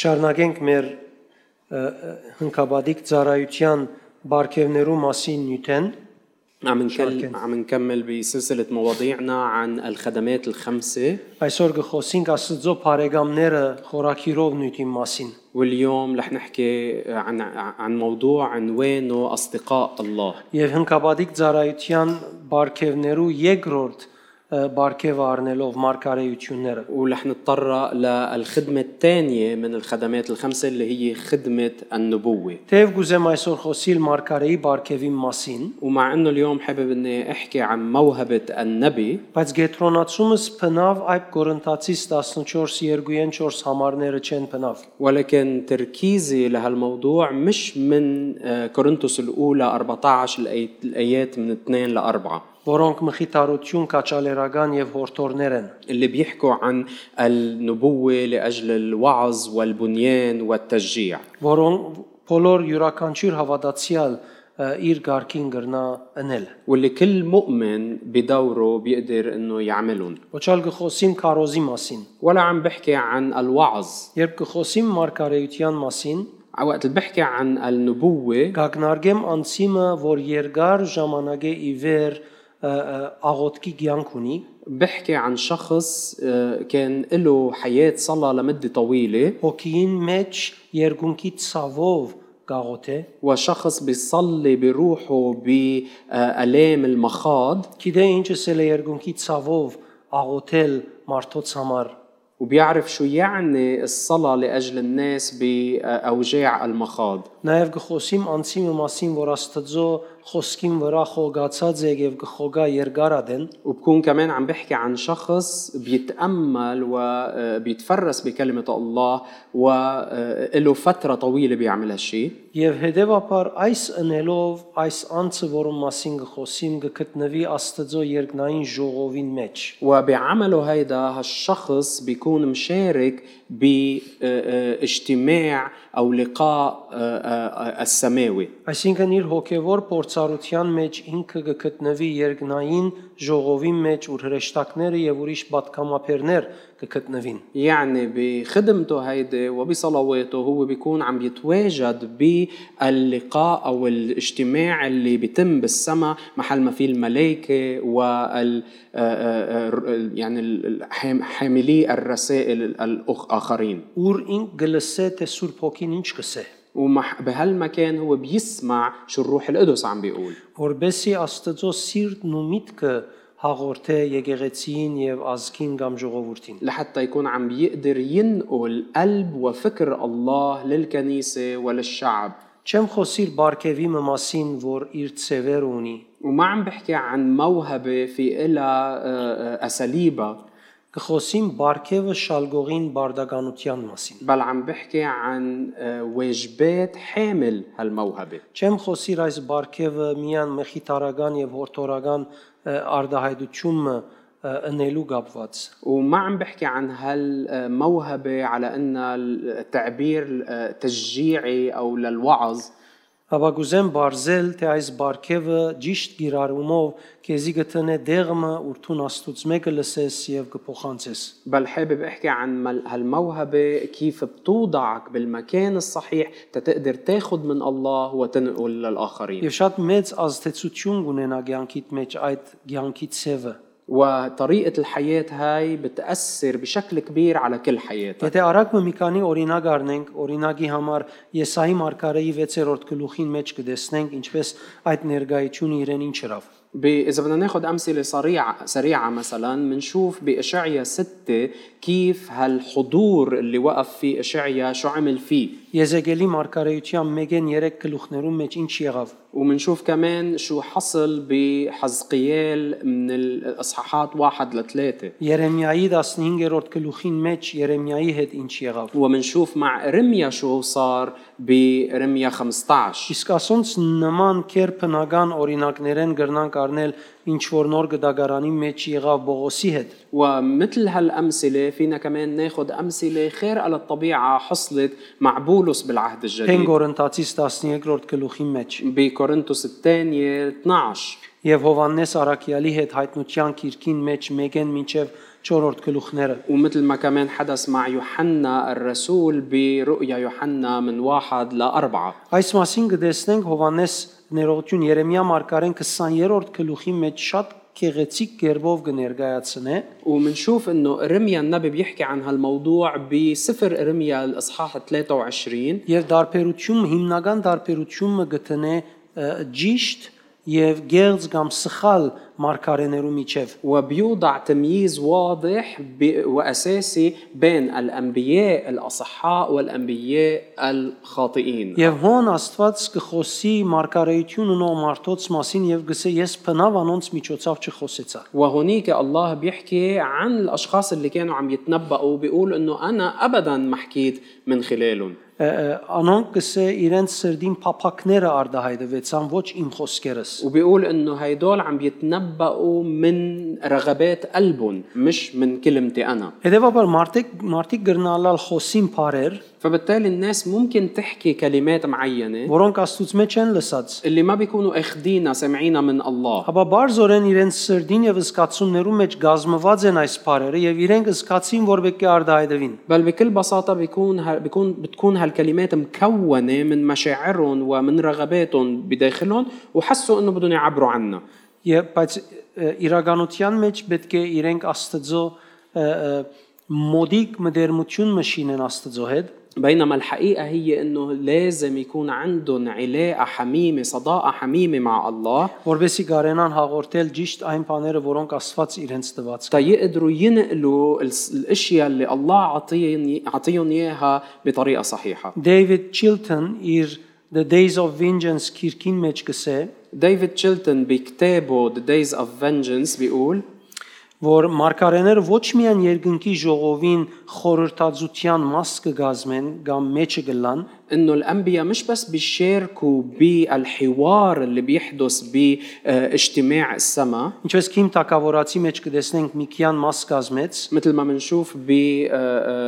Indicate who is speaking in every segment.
Speaker 1: Շարունակենք մեր ը, ը, հնկաբադիկ ծառայության բարգևներու մասին նյութեն։
Speaker 2: عم
Speaker 1: شاركين.
Speaker 2: نكمل عم نكمل بسلسلة مواضيعنا عن الخدمات الخمسة
Speaker 1: Այսօր կխոսենք Աստծո բարեկամները խորակիրով նյութի մասին։
Speaker 2: واليوم رح نحكي عن عن موضوع عنوانه أصدقاء الله
Speaker 1: Եվ հնկաբադիկ ծառայության բարգևներու երկրորդ ը, բարգևը առնելով մարգարեությունները։
Speaker 2: ورح نتطرق للخدمة الثانية من الخدمات الخمسة اللي هي خدمة النبوة
Speaker 1: Թեև գուզեմ այսօր խոսիլ մարգարեի բարգևի մասին,
Speaker 2: ومع انه اليوم حابب اني احكي عن موهبة النبي
Speaker 1: բայց գետրոնացումս փնավ այդ Կորինթացիս 14:2-4 համարները չեն փնավ։
Speaker 2: ولكن تركيزي لهالموضوع مش من آه، كورنثوس الاولى 14 الآي- الايات من 2 ل 4
Speaker 1: որոնք մխիթարություն կաչալերական եւ հորթորներ են։
Speaker 2: اللي بيحكوا عن النبوة لأجل الوعظ والبنيان والتشجيع
Speaker 1: որոնք բոլոր յուրաքանչյուր հավատացյալ ը, իր ղարքին գրնա ընել։
Speaker 2: واللي كل مؤمن بدوره بيقدر انه يعملهم
Speaker 1: Ոչալ գխոսիմ քարոզի մասին։
Speaker 2: ولا عم بحكي عن الوعظ
Speaker 1: Երբ գխոսիմ մարգարեության մասին,
Speaker 2: ع- وقت اللي بحكي عن النبوة
Speaker 1: կագնարգեմ անցիմը, որ երկար ժամանակե ի վեր ը, ը, աղոտքի ցանկ ունի,
Speaker 2: بحكي عن شخص آه، كان له حياة صلى لمدة طويلة
Speaker 1: հոգին մեջ երկունքի ցավով գաղոթե,
Speaker 2: وشخص بيصلي بروحه بآلام المخاض
Speaker 1: գիտե ինչս էլ է երկունքի ցավով աղոթել մարդոց համար
Speaker 2: وبيعرف شو يعني الصلاة لأجل الناس بأوجاع المخاض
Speaker 1: Նաև գխոսիմ անցիմը մասին, որ Աստծո խոսքին վրա խոգացած է եւ գխոգա երկարադեն,
Speaker 2: وبكون كمان عم بحكي عن شخص بيتأمل وبيتفرس بكلمة الله وله فترة طويلة بيعمل هالشي
Speaker 1: եւ հետեւաբար այս ընելով այս անցը, որում մասին գխոսիմ, գկտնվի Աստծո երկնային ժողովին մեջ։
Speaker 2: وبعمله هيدا هالشخص بيكون مشارك باجتماع أو لقاء آه، آه، السماوي
Speaker 1: Այսինքն իր հոգեվոր փորձառության մեջ ինքը գկտնվի երկնային ժողովի մեջ, որ հրեշտակները եւ ուրիշ պատկամապերներ գկտնվին։
Speaker 2: يعني بخدمته هيدي وبصلواته هو بيكون عم يتواجد باللقاء او الاجتماع اللي بيتم بالسماء محل ما فيه الملائكه وال آه، آه، آه، يعني ال- ال- حام- حاملي الرسائل الاخرين
Speaker 1: Ուր ինք գլսե թե Սուրբ Հոգին ինչ կսե։
Speaker 2: وبهالمكان هو بيسمع شو الروح القدس عم بيقول
Speaker 1: որբեսի Աստծո սիրտն ու միտքը հաղորդե եկեղեցին եւ ազգին կամ ժողովրդին։
Speaker 2: لحتى يكون عم بيقدر ينقل قلب وفكر الله للكنيسه وللشعب
Speaker 1: Չեմ խոսիր Բարքևի մասին, որ իր ծևեր ունի։
Speaker 2: وما عم بحكي عن موهبة في إلها آه، آه، أساليبها
Speaker 1: Կխոսիմ Բարքևը շալգողին բարդականության մասին։
Speaker 2: بل عم بحكي عن آه، واجبات حامل هالموهبة
Speaker 1: Չեմ խոսիր այս Բարքևը միան մխիթարական եւ հորթորական ը, արդահայտությունը ը, ընելու գապված։
Speaker 2: وما عم بحكي عن هالموهبة على أنها التعبير آه، تشجيعي أو للوعظ
Speaker 1: Հավա գուզեմ բարձել, թե այս Բարքևը ճիշտ գիրարումով քեզի գտնե դեղը, որ թուն Աստուծո մեկը լսես եւ կփոխանցես։
Speaker 2: بل حابب أحكي عن مل- هالموهبة كيف بتوضعك بالمكان الصحيح تتقدر تاخد من الله وتنقل للآخرين
Speaker 1: Եվ շատ մեծ ազդեցություն ունենա ցանկիտ մեջ այդ ցանկի ցևը։
Speaker 2: وطريقة الحياة هاي بتأثر بشكل كبير على كل حياتك
Speaker 1: Եթե արագ մի քանի օրինակ առնենք, օրինակի համար Եսայի մարգարեի 6-րդ գլուխին մեջ կտեսնենք, ինչպես այդ ներգայությունը իրեն ինչ հրավ։
Speaker 2: ب... إذا بدنا ناخد أمثلة سريعة سريعة مثلا بنشوف بإشعيا ستة كيف هالحضور اللي وقف فيه إشعيا شو عمل فيه
Speaker 1: Եզեգելի մարգարեության 1-ն 3 գլուխներում մեջ ինչ եղավ։
Speaker 2: ومنشوف كمان شو حصل بحزقيال من الإصحاحات واحد لثلاثة
Speaker 1: Երեմիայի 15-րդ գլուխին մեջ Երեմիայի հետ ինչ եղավ։
Speaker 2: ومنشوف مع رميا شو صار برميا 15
Speaker 1: Իսկ ասոնց նման կերպնական օրինակներեն գրնանք առնել ինչ որ նոր գդագարանի մեջ եղավ Բողոսի հետ։
Speaker 2: ومثل هالأمثلة فينا كمان ناخد أمثلة خارقة للطبيعة حصلت مع بولس بالعهد
Speaker 1: Հեն
Speaker 2: الجديد
Speaker 1: Կորինթացիս 13-րդ գլուխի մեջ
Speaker 2: بكورنثوس الثانية 12
Speaker 1: եւ Հովաննես Արաքյալի հետ հայտնության քիրքին մեջ մեկեն մինչեւ 4-րդ գլուխները։
Speaker 2: ومثل ما كمان حدث مع يوحنا الرسول برؤيا يوحنا من واحد لأربعة
Speaker 1: Այս մասին կտեսնենք Հովանես ներողություն Երեմիա մարգարեն 20-րդ գլուխի մեջ շատ քեղեցիկ գերբով կներկայացնե
Speaker 2: ومنشوف انه ارميا النبي بيحكي عن هالموضوع بسفر ارميا الاصحاح 23
Speaker 1: եւ դարբերություն հիմնական դարբերությունը գտնե ը, ճիշտ եւ գեղձ կամ սխալ մարգարեներու միջև
Speaker 2: وبيوضع تمييز واضح ب- واساسي بين الانبياء الاصحاء والانبياء الخاطئين
Speaker 1: Եվ հոն Աստված կխոսի մարգարեություն ունող մարդոց մասին եւ գսե ես փնավ անոնց միջոցով չխոսեցա։
Speaker 2: وهونيك الله بيحكي عن الاشخاص اللي كانوا عم يتنبؤوا بيقول انه انا ابدا ما حكيت من خلالهم
Speaker 1: Ը, ը, Անոնք գսե իրենց սրդին փափակները արդահայտվեցան ոչ իմ խոսքերս։
Speaker 2: وبيقول انه هيدول عم يتنبؤوا من رغبات قلبهم مش من كلمتي انا
Speaker 1: Հետևաբար մարդիկ մարդիկ գրնալալ խոսին բարեր,
Speaker 2: فبالتالي الناس ممكن تحكي كلمات معينه
Speaker 1: որոնք Աստուծո մեջ են լսած։
Speaker 2: اللي ما بيكونوا اخدينا سامعينا من الله
Speaker 1: Հաբա բարձորեն իրենց սրդին եւ զգացումներու մեջ գազմված են այս բարերը եւ իրենք զգացին, որ պետք է արդահայտվին։
Speaker 2: بل بكل بساطة بيكون ها بيكون بتكون هالكلمات مكونة من مشاعرهم ومن رغباتهم بداخلهم وحسوا انه بدهم يعبروا عنها
Speaker 1: Եվ բայց ը, իրականության մեջ պետք է իրենք Աստծո ը, ը, մոդիկ մդերմություն մշինեն Աստծո հետ
Speaker 2: بينما الحقيقة هي انه لازم يكون عندهم علاقة حميمة صداقة حميمة مع الله
Speaker 1: որովհետեւ կարենան հաղորդել ճիշտ այն բաները, որոնք Աստված իրենց տված կա։
Speaker 2: تيقدروا ينقلوا الس- الاشياء اللي الله عطيهم عطيهم اياها بطريقة صحيحة
Speaker 1: David Chilton իր The Days of Vengeance քիրքին մեջ գսե,
Speaker 2: ديفيد تشيلتون بكتابه The Days of Vengeance بيقول
Speaker 1: որ մարգարեները ոչ միայն երկնքի ժողովին խորհրդածության մաս կգազմեն կամ մեջը գլան,
Speaker 2: انه الانبياء مش بس بيشاركوا بالحوار اللي بيحدث باجتماع السماء
Speaker 1: ինչպես Քիմ Տակավորացի մեջ կտեսնենք Միքիան մաս կազմեց,
Speaker 2: مثل ما آه، بنشوف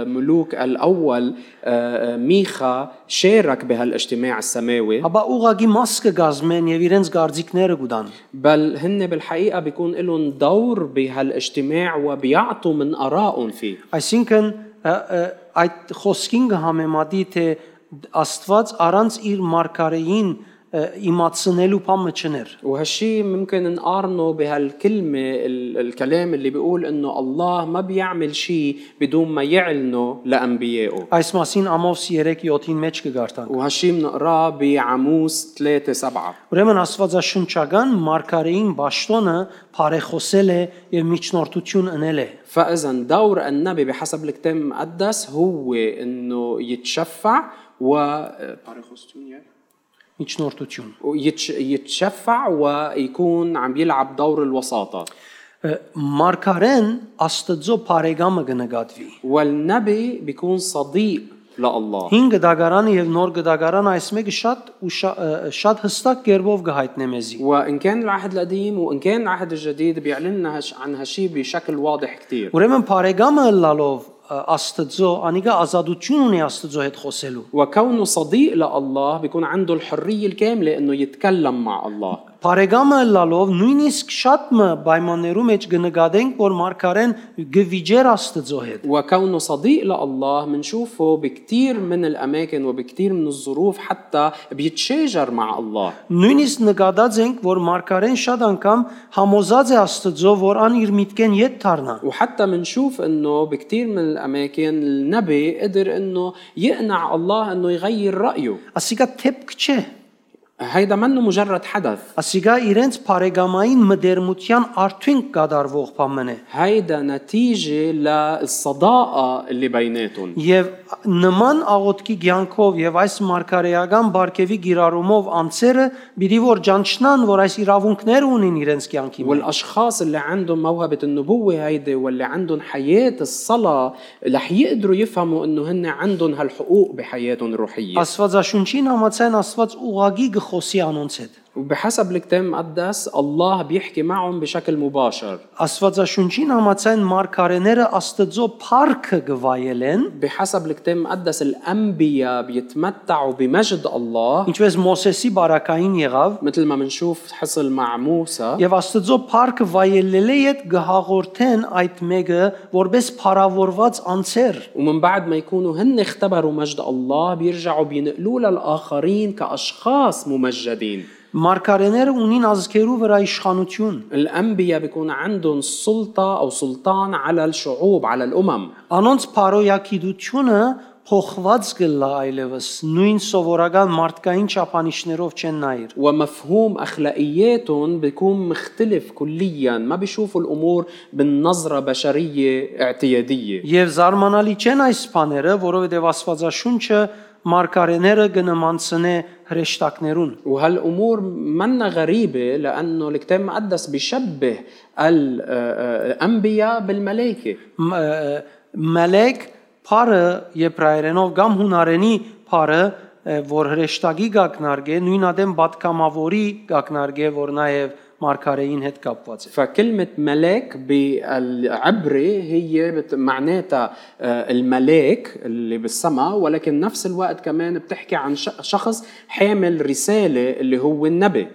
Speaker 2: بملوك الاول آه، آه، ميخا شارك بهالاجتماع السماوي
Speaker 1: Հաբա ուղագի մաս կգազմեն եւ իրենց գործիքները կուտան։
Speaker 2: بل هن بالحقيقه بيكون لهم دور بهالاجتماع وبيعطوا من ارائهم فيه
Speaker 1: Այսինքն ը, ը, այդ խոսքին կհամեմատի թե Աստված առանց իր մարգարեին ը, իմացնելու բանը չներ։
Speaker 2: وهالشي ممكن نقارنه بهالكلمة ال- الكلام اللي بيقول انه الله ما بيعمل شيء بدون ما يعلنه لأنبيائه
Speaker 1: Այս մասին Ամոս 3:7-ին մեջ կգարտանք։
Speaker 2: وهالشي بنقراه بعموس 3 7
Speaker 1: Ուրեմն Աստվածաշնչական մարգարեին ճշտոնը բարեխոսել է եւ միջնորդություն ունել է։
Speaker 2: فاذا دور النبي بحسب الكتاب المقدس هو انه يتشفع و
Speaker 1: Միջնորդություն։
Speaker 2: ويتش- يتشفع ويكون عم يلعب دور الوساطه
Speaker 1: Ը, Մարգարեն Աստծո բարեկամը կնկատվի։
Speaker 2: والنبي بيكون صديق لله
Speaker 1: Հին գդագարանը եւ նոր գդագարանը այս մեկը շատ ուշա, ը, շատ հստակ կերպով կհայտնե մեզի։
Speaker 2: وان كان العهد القديم وان كان العهد الجديد بيعلن لنا هش- عن هالشي بشكل واضح كتير
Speaker 1: Ուրեմն բարեկամը լալով ը, Աստծո, անիկա ազատություն ունի Աստծո հետ խոսելու։
Speaker 2: وكونه صديق لله بيكون عنده الحريه الكامله انه يتكلم مع الله
Speaker 1: Բարեկամը լալով նույնիսկ շատ մը պայմաններու մեջ կնկատենք, որ Մարկարեն գվիճեր Աստծո հետ։
Speaker 2: وكونه صديق لله منشوفه بكتير من الأماكن وبكتير من الظروف حتى بيتشاجر مع الله
Speaker 1: Նույնիսկ նկատած ենք, որ Մարկարեն շատ անգամ համոզած է Աստծո, որ ան իր միտքեն յետ դառնա։
Speaker 2: وحتى منشوف انه بكتير من الاماكن النبي قدر انه يقنع الله انه يغير رايه
Speaker 1: Ասիկա թեփք չէ։
Speaker 2: هيدا منه مجرد حدث
Speaker 1: Ասիկա իրենց բարեկամային մդերմության արդյունք կդարվող բանն է։
Speaker 2: هيدا نتيجة للصداقة اللي بيناتهم
Speaker 1: Եվ նման աղոտքի ցանկով եւ այս մարգարեական բարգեւի գիրառումով անցերը՝ բիդի որ ճանչնան, որ այս իրավունքները ունին իրենց ցանկի մեջ։
Speaker 2: والأشخاص اللي عندهم موهبة النبوة هيدي واللي عندهم حياة الصلاة رح يقدروا يفهموا انه هن عندهم هالحقوق بحياتهم الروحية
Speaker 1: Աստվածաշունչին համաձայն Աստված ուղագի գխոսի անոնց հետ։
Speaker 2: وبحسب الكتاب المقدس الله بيحكي معهم بشكل مباشر
Speaker 1: Աստվածաշունչին համաձայն մարգարեները Աստծո փառքը գվայելեն,
Speaker 2: بحسب الكتاب المقدس الأنبياء بيتمتعوا بمجد الله
Speaker 1: ինչպես Մոսեսի բարակային եղավ,
Speaker 2: مثل ما بنشوف حصل مع موسى
Speaker 1: եւ Աստծո փառքը վայելելը հետ գահաղորդեն այդ մեګه որպես փառավորված անձեր։
Speaker 2: ومن بعد ما يكونوا هن اختبروا مجد الله بيرجعوا بينقلوه للآخرين كأشخاص ممجدين
Speaker 1: Մարգարեները ունին ազգերու վրա իշխանություն։
Speaker 2: الأنبياء بيكون عندهم سلطة أو سلطان على الشعوب على الأمم
Speaker 1: Անոնց փարոյակիդությունը փոխված գլա այլևս նույն սովորական մարդկային ճապանիշներով չեն նայր։
Speaker 2: ومفهوم أخلاقياتهم بيكون مختلف كليا ما بيشوفوا الأمور بالنظرة بشرية اعتيادية
Speaker 1: Եվ զարմանալի չեն այս բաները, որովհետև Աստվածաշունչը մարգարեները գնմանցնե հրեշտակներուն։
Speaker 2: وهالأمور منا غريبة لأنه الكتاب المقدس بيشبه ال- آه، آه، الأنبياء بالملائكة
Speaker 1: Մ- ը, Մելեք փարը եբրայերենով կամ հունարենի փարը ը, որ հրեշտակի գակնարգե նույնադեմ բատկամավորի գակնարգե որ նաև մարգարեին հետ կապված է։
Speaker 2: فكلمة ملاك بالعبري هي بت- معناتها آه، الملاك اللي بالسماء ولكن نفس الوقت كمان بتحكي عن ش- شخص حامل رسالة اللي هو النبي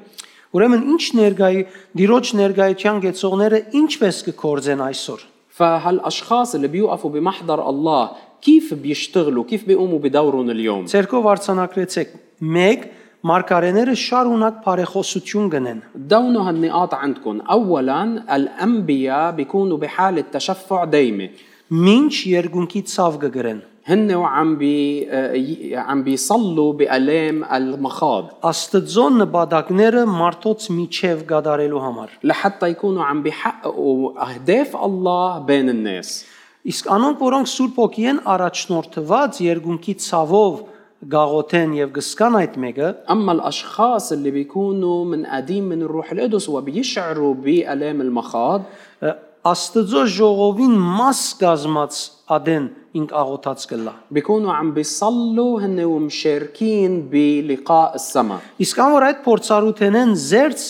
Speaker 1: Ուրեմն ինչ ներգայի դիրոջ ներգայության գեցողները ինչպես կկործեն այսօր։
Speaker 2: فهالأشخاص اللي بيوقفوا بمحضر الله كيف بيشتغلوا كيف بيقوموا بدورهم اليوم
Speaker 1: Ցերկով արցանակրեցեք։ 1. Մարգարեները շարունակ բարեխոսություն գնեն։
Speaker 2: دونوا هالنقاط عندكم أولا الأنبياء بيكونوا بحالة تشفع دايمة
Speaker 1: Մինչ երկունքի ցավ կգրեն։
Speaker 2: هن وعم بي آه، ي- عم بيصلوا بآلام المخاض
Speaker 1: Աստծո նպատակները մարդոց միջև գադարելու համար։
Speaker 2: لحتى يكونوا عم بيحققوا اهداف الله بين الناس
Speaker 1: Իսկ անոնք, որոնք Սուրբ Օգիեն առաջնորդված երկունքի ցավով գաղոթեն եւ գսկան այդ մեկը,
Speaker 2: اما الاشخاص اللي بيكونوا من قديم من الروح القدس وبيشعروا بالام المخاض
Speaker 1: ը, Աստծո ժողովին մաս կազմած ադեն ինք աղոթած կլա։
Speaker 2: بيكونوا عم بيصلوا هن ومشاركين بلقاء السماء
Speaker 1: Իսկ ան որ այդ փորձառութենեն զերծ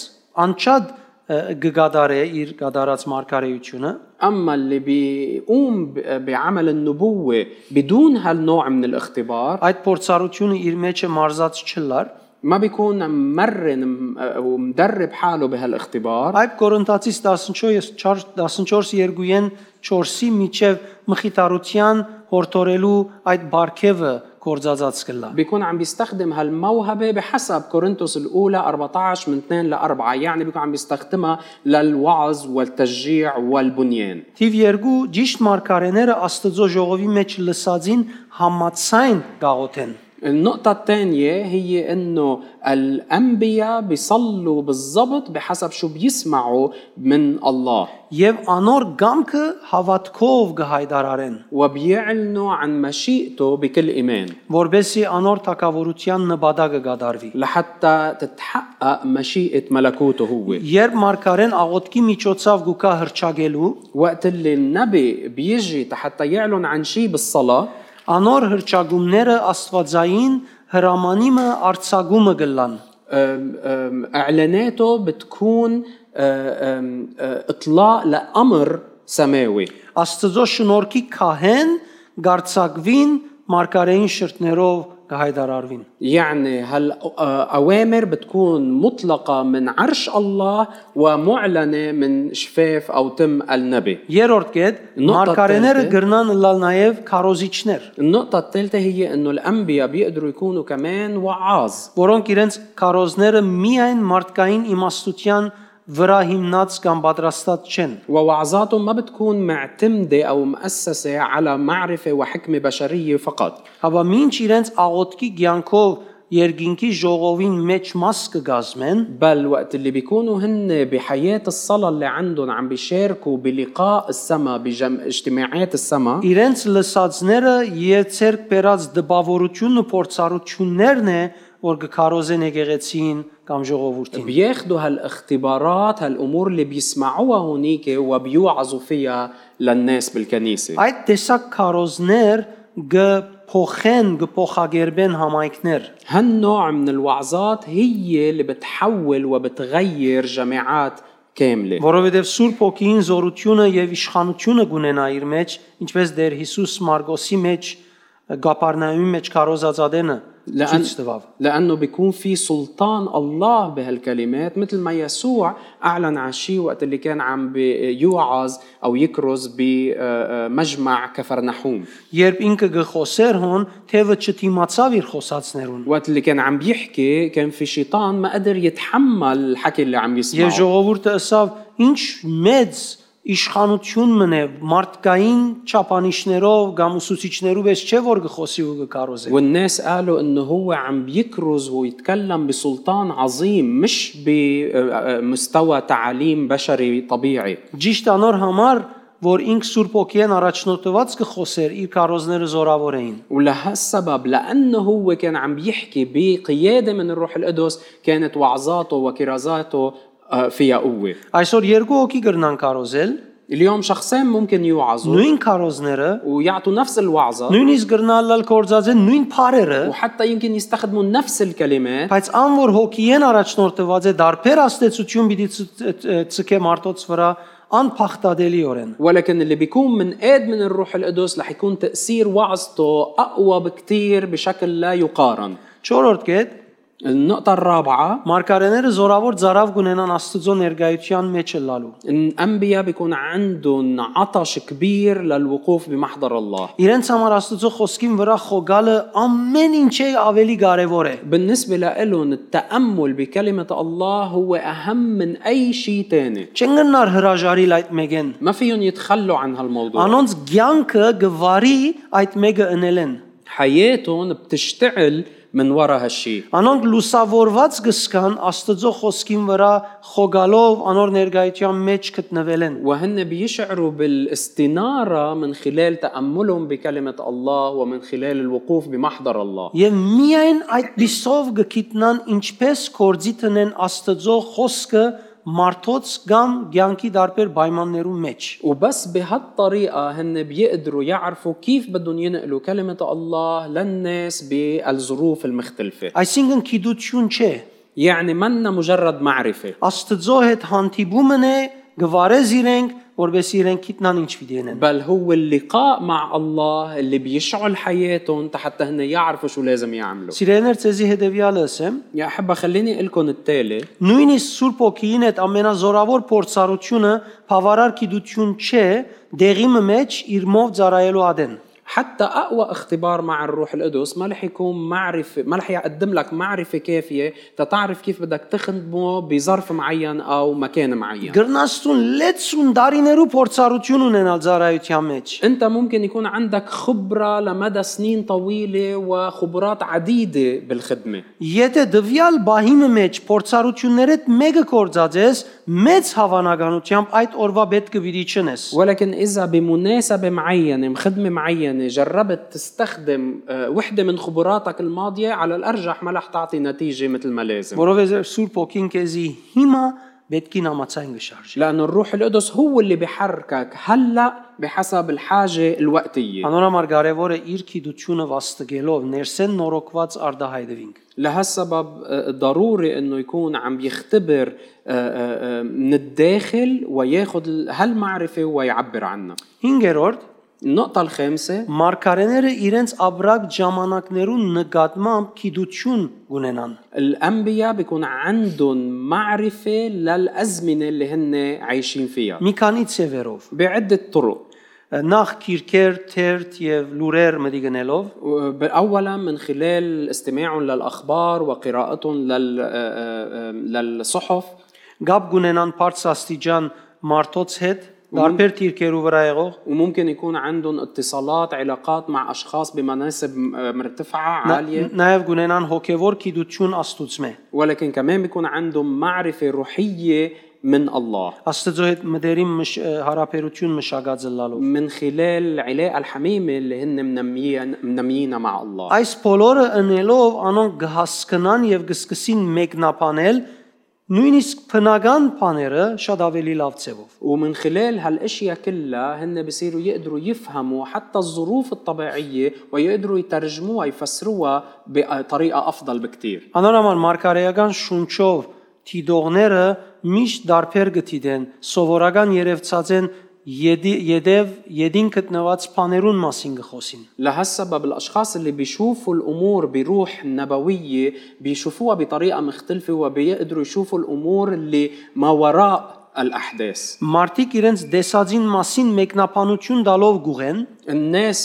Speaker 1: անչադ ը, գգադարե իր գդարած մարգարեությունը,
Speaker 2: اما اللي بيقوم ب- بعمل النبوه بدون هالنوع من الاختبار
Speaker 1: այդ փորձառությունը իր մեջը մարզած չլար։
Speaker 2: ما بيكون مرن م- ومدرب حاله بهالاختبار
Speaker 1: Այդ Կորինթացից 14-ին 4-ի միջև մխիթարության հորթորելու այդ բարգևը կործածած կլա։
Speaker 2: بيكون عم بيستخدم هالموهبة بحسب كورنثوس الأولى 14 من 2 ل 4 يعني بيكون عم بيستخدمها للوعظ والتشجيع والبنيان
Speaker 1: Թիվ 2 ճիշտ մարգարեները Աստծո ժողովի մեջ լսածին համացայն գաղութեն։
Speaker 2: النقطة الثانية هي إنه الأنبياء بيصلوا بالضبط بحسب شو بيسمعوا من الله
Speaker 1: Եվ անոր գամքը հավատքով գհայդարարեն,
Speaker 2: وبيعلنوا عن مشيئته بكل إيمان
Speaker 1: որբեսի անոր թակավորության նպատակը գադարվի։
Speaker 2: لحتى تتحقق مشيئة ملكوته هو
Speaker 1: Երբ մարգարեն աղոտքի միջոցով գուկա հրճագելու,
Speaker 2: وقت اللي النبي بيجي حتى يعلن عن شيء بالصلاة
Speaker 1: անոր հրճագումները Աստվածային հրամանիմը արցագումը գլան։
Speaker 2: أم- أم، اعلاناته بتكون أم، أم، اطلاق لامر سماوي
Speaker 1: Աստծո շնորհքի քահեն գարցակվին մարգարեին շրթներով կհայդարարվին։
Speaker 2: يعني هالاوامر بتكون مطلقه من عرش الله ومعلنه من شفاف او تم النبي
Speaker 1: Երորդ կետ,
Speaker 2: Նոտ
Speaker 1: մարգարեները
Speaker 2: տատելտ է։
Speaker 1: գրնան լալ նաև քարոզիչներ,
Speaker 2: النقطة الثالثة هي انه الانبياء بيقدروا يكونوا كمان وعاظ
Speaker 1: որոնք իրենց քարոզները միայն մարդկային իմաստության վրա հիմնած կամ պատրաստած չեն,
Speaker 2: ووعظاتهم ما بتكون معتمدة أو مؤسسة على معرفة وحكمة بشرية فقط
Speaker 1: Հավա մինչ իրենց աղոտքի ցանկով երկինքի ժողովին մեջ մաս կգազմեն,
Speaker 2: بل وقت اللي بيكونوا هن بحياة الصلاة اللي عندهم عم بيشاركوا بلقاء السما بجم... اجتماعات السما
Speaker 1: իրենց լսածները եցերք բերած դպավորությունն ու փորձառություններն է, որ կքարոզեն եկեղեցին կամ ժողովրդին։
Speaker 2: بياخدوا هالاختبارات هالأمور اللي بيسمعوها هونيك وبيوعظوا فيها للناس بالكنيسة
Speaker 1: Այդ տեսակ քարոզներ գ փոխեն, գփոխագերբեն համայնքներ։
Speaker 2: هالنوع من الوعظات هي اللي بتحول وبتغير جماعات كاملة
Speaker 1: Որովհետև Սուրբ Հոգին զորությունը եւ իշխանությունը գունենա իր մեջ, ինչպես դեր Հիսուս Մարգոսի մեջ գապարնայում մեջ կարոզած ադենը
Speaker 2: لأن
Speaker 1: ցույց տվավ։
Speaker 2: لأنه بيكون في سلطان الله بهالكلمات مثل ما يسوع أعلن عن شيء وقت اللي كان عم بي- يوعظ أو يكرز بمجمع كفرنحوم
Speaker 1: Երբ ինքը գխոսեր հոն, թևը չդիմացավ իր խոսածներուն։
Speaker 2: وقت اللي كان عم بيحكي كان في شيطان ما قدر يتحمل الحكي اللي عم
Speaker 1: Եվ
Speaker 2: يسمعه
Speaker 1: ժողովուրդը ասավ, ինչ մեծ իշխանություն մնե մարդկային ճապանիշներով կամ ուսուցիչներով էս չէ որ գխոսի ու գկարոզե։
Speaker 2: والناس قالوا انه هو عم بيكرز ويتكلم بسلطان عظيم مش بمستوى تعاليم بشري طبيعي
Speaker 1: Ճիշտ անոր համար, որ ինք Սուրբ Օքիեն առաջնորդված գխոսեր, իր կարոզները զորավոր էին։
Speaker 2: ولهالسبب لانه هو كان عم بيحكي بقياده من الروح القدس كانت وعظاته وكرازاته آه، فيها قوه
Speaker 1: Այսօր երկու օքի գրնան կարոզել,
Speaker 2: اليوم شخصين ممكن يوعظوا
Speaker 1: նույն կարոզները,
Speaker 2: ويعطوا نفس الوعظه
Speaker 1: նույնիսկ գրնալալ կորձածեն նույն բարերը,
Speaker 2: وحتى يمكن يستخدموا نفس الكلمات
Speaker 1: բայց ան որ հոգիեն առաջնորդված է դարբեր աստեցություն պիտի ց- ց- ց- ցկե մարդոց վրա անփախտadeliորեն։
Speaker 2: ولكن اللي بيكون من قاد من الروح القدس رح يكون تأثير وعظته أقوى بكتير بشكل لا يقارن
Speaker 1: 4-րդ կետ
Speaker 2: النقطة الرابعة
Speaker 1: Մարգարեները զորավոր ծարավ կունենան Աստծո ներկայության մեջ լալու։
Speaker 2: الأنبياء بيكون عندهم عطش كبير للوقوف بمحضر الله
Speaker 1: Իրենց համար Աստծո խոսքին վրա խոգալը ամեն ինչի ավելի կարևոր է։
Speaker 2: بالنسبة لهم التأمل بكلمة الله هو أهم من أي شيء تاني
Speaker 1: Չընկնար հրաժարիլ այդ մեկեն։
Speaker 2: ما فيهم يتخلوا عن هالموضوع
Speaker 1: Անոնց ցանկը գվարի այդ մեկը ընելեն։
Speaker 2: حياتهم بتشتعل من وراء هالشيء
Speaker 1: Անոնք լուսավորված գսկան Աստծո խոսքին վրա խոգալով անոր ներկայության մեջ գտնվելեն։
Speaker 2: وهن بيشعروا بالاستنارة من خلال تأملهم بكلمة الله ومن خلال الوقوف بمحضر الله
Speaker 1: Եվ միայն այդ պիսով գկիտնան ինչպես կորձի տնեն Աստծո խոսքը մարդոց կամ ցանկի դարբեր պայմաններում մեջ։
Speaker 2: وبس بهالطريقة هن بيقدروا يعرفوا كيف بدهم ينقلوا كلمة الله للناس بالظروف المختلفة
Speaker 1: Այսինքն քիդություն չէ։
Speaker 2: يعني منا مجرد معرفة
Speaker 1: Աստծո հետ հանդիպումն է գվարեզ իրենք, որբես իրենք գիտնան ինչ պիտի անեն։
Speaker 2: بل هو اللقاء مع الله اللي بيشعل حياتهم حتى هن يعرفوا شو لازم يعملوا
Speaker 1: Սիրելիներ, ցեզի հետեւյալը ասեմ,
Speaker 2: يا أحبة خليني لكم التالي
Speaker 1: նույնիսկ Սուրբ Օքիին այդ ամենազորավոր փորձառությունը բավարար գիտություն չէ, դեղի մեջ իր մով ծարայելու ադեն։
Speaker 2: حتى اقوى اختبار مع الروح القدس ما رح يكون معرفه ما رح يقدم لك معرفه كافيه تتعرف كيف بدك تخدمه بظرف معين او مكان معين
Speaker 1: Գրնաստուն լեցուն դարիներու փորձառություն ունենալ ծարայության մեջ։
Speaker 2: انت ممكن يكون عندك خبره لمدى سنين طويله وخبرات عديده بالخدمه
Speaker 1: Եթե դվյալ բահիմը մեջ փորձառություններդ մեկը կործածես, մեծ հավանականությամբ այդ օրվա բեդ կվիրի չնես։
Speaker 2: ولكن اذا بمناسبه معينه بخدمه معينه جربت تستخدم آه، وحده من خبراتك الماضيه على الارجح ما رح تعطي نتيجه مثل ما لازم
Speaker 1: Որովհետև Սուրբ Օքին քեզի հիմա պետքի նամացային գշարժի։
Speaker 2: لانه الروح القدس هو اللي بحركك هلا بحسب الحاجه الوقتيه
Speaker 1: Անորոմար կարևորը իր քիդությունը վաստակելով ներսեն նորոգված արդահայտվինք։
Speaker 2: لهالسبب آه، ضروري انه يكون عم يختبر آه، آه، آه، من الداخل وياخذ هالمعرفه ويعبر عنها.
Speaker 1: 5-րդ
Speaker 2: النقطة الخامسة
Speaker 1: Մարգարեները իրենց ապրակ ժամանակներուն նկատմամբ քիդություն ունենան։
Speaker 2: الأنبياء بيكون عندهم معرفة للأزمنة اللي هن عايشين فيها
Speaker 1: Մի քանի ցևերով
Speaker 2: بعدة طرق
Speaker 1: նախ քիրքեր, թերթ եւ լուրեր մտի գնելով
Speaker 2: و- أولا من خلال استماعهم للأخبار وقراءتهم لل- آه، آه، آه، للصحف
Speaker 1: գապ գունենան բարձ աստիճան մարդոց հետ դարբեր թիրքերու վրա եղող
Speaker 2: وممكن يكون عندهم اتصالات علاقات مع أشخاص بمناسب آه، مرتفعة
Speaker 1: նա-
Speaker 2: عالية
Speaker 1: նաև գունենան հոգևոր քիդություն աստուծմե
Speaker 2: ولكن كمان بيكون عندهم معرفة روحية من الله
Speaker 1: աստծո հետ մտերիմ մշ- ը, հարաբերություն մշակած լալով
Speaker 2: من خلال العلاقة الحميمة اللي هن منميين- منميينها مع الله
Speaker 1: այս բոլորը ընելով անոնք գհասկնան եւ գսկսին մեկնաբանել նույնիսկ փնական բաները շատ ավելի լավ ծևով
Speaker 2: ومن خلال هالاشياء كلها هن بصيروا يقدروا يفهموا حتى الظروف الطبيعيه ويقدروا يترجموها يفسروها بطريقه افضل بكتير
Speaker 1: Անորոման մարգարեական շունչով թիդողները միշտ դարբեր գտիդեն, սովորական երևցածեն եդի եդև եդին գտնված բաներուն մասին գխոսին։
Speaker 2: لهالسبب الاشخاص اللي بيشوفوا الامور بروح نبويه بيشوفوها بطريقه مختلفه وبيقدروا يشوفوا الامور اللي ما وراء الاحداث
Speaker 1: Մարդիկ իրենց դեսածին մասին մեկնաբանություն տալով գուղեն,
Speaker 2: الناس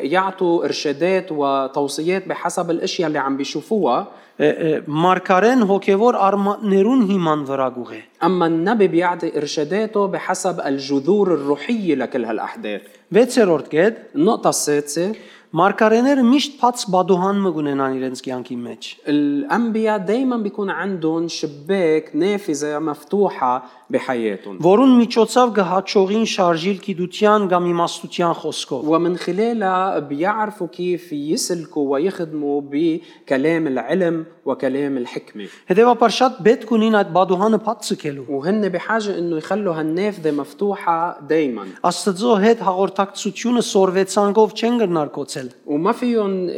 Speaker 2: بيعطوا ارشادات وتوصيات بحسب الاشياء اللي عم بيشوفوها
Speaker 1: ը, ը, մարգարեն հոգևոր արմատներուն հիման վրա գուղե։
Speaker 2: اما النبي بيعطي ارشاداته بحسب الجذور الروحيه لكل هالاحداث
Speaker 1: 6-րդ կետ
Speaker 2: النقطة السادسة
Speaker 1: մարգարեները միշտ փած բադուհան մը գունենան իրենց կյանքի մեջ։
Speaker 2: الأنبياء دايما بيكون عندهم شباك نافذة مفتوحة بحياتهم
Speaker 1: որուն միջոցով գհաճողին շարժիլ գիտության կամ իմաստության խոսքով
Speaker 2: ومن خلالها بيعرفوا كيف يسلكوا ويخدموا بكلام العلم وكلام الحكمة
Speaker 1: Հետևաբար շատ պետք ունին այդ բադուհանը փածկելու։
Speaker 2: وهن بحاجة انه يخلوا هالنافذة مفتوحة دايما
Speaker 1: Աստծո հետ հաղորդակցությունը սորվեցանքով չեն գնարկոցել։
Speaker 2: وما فيهم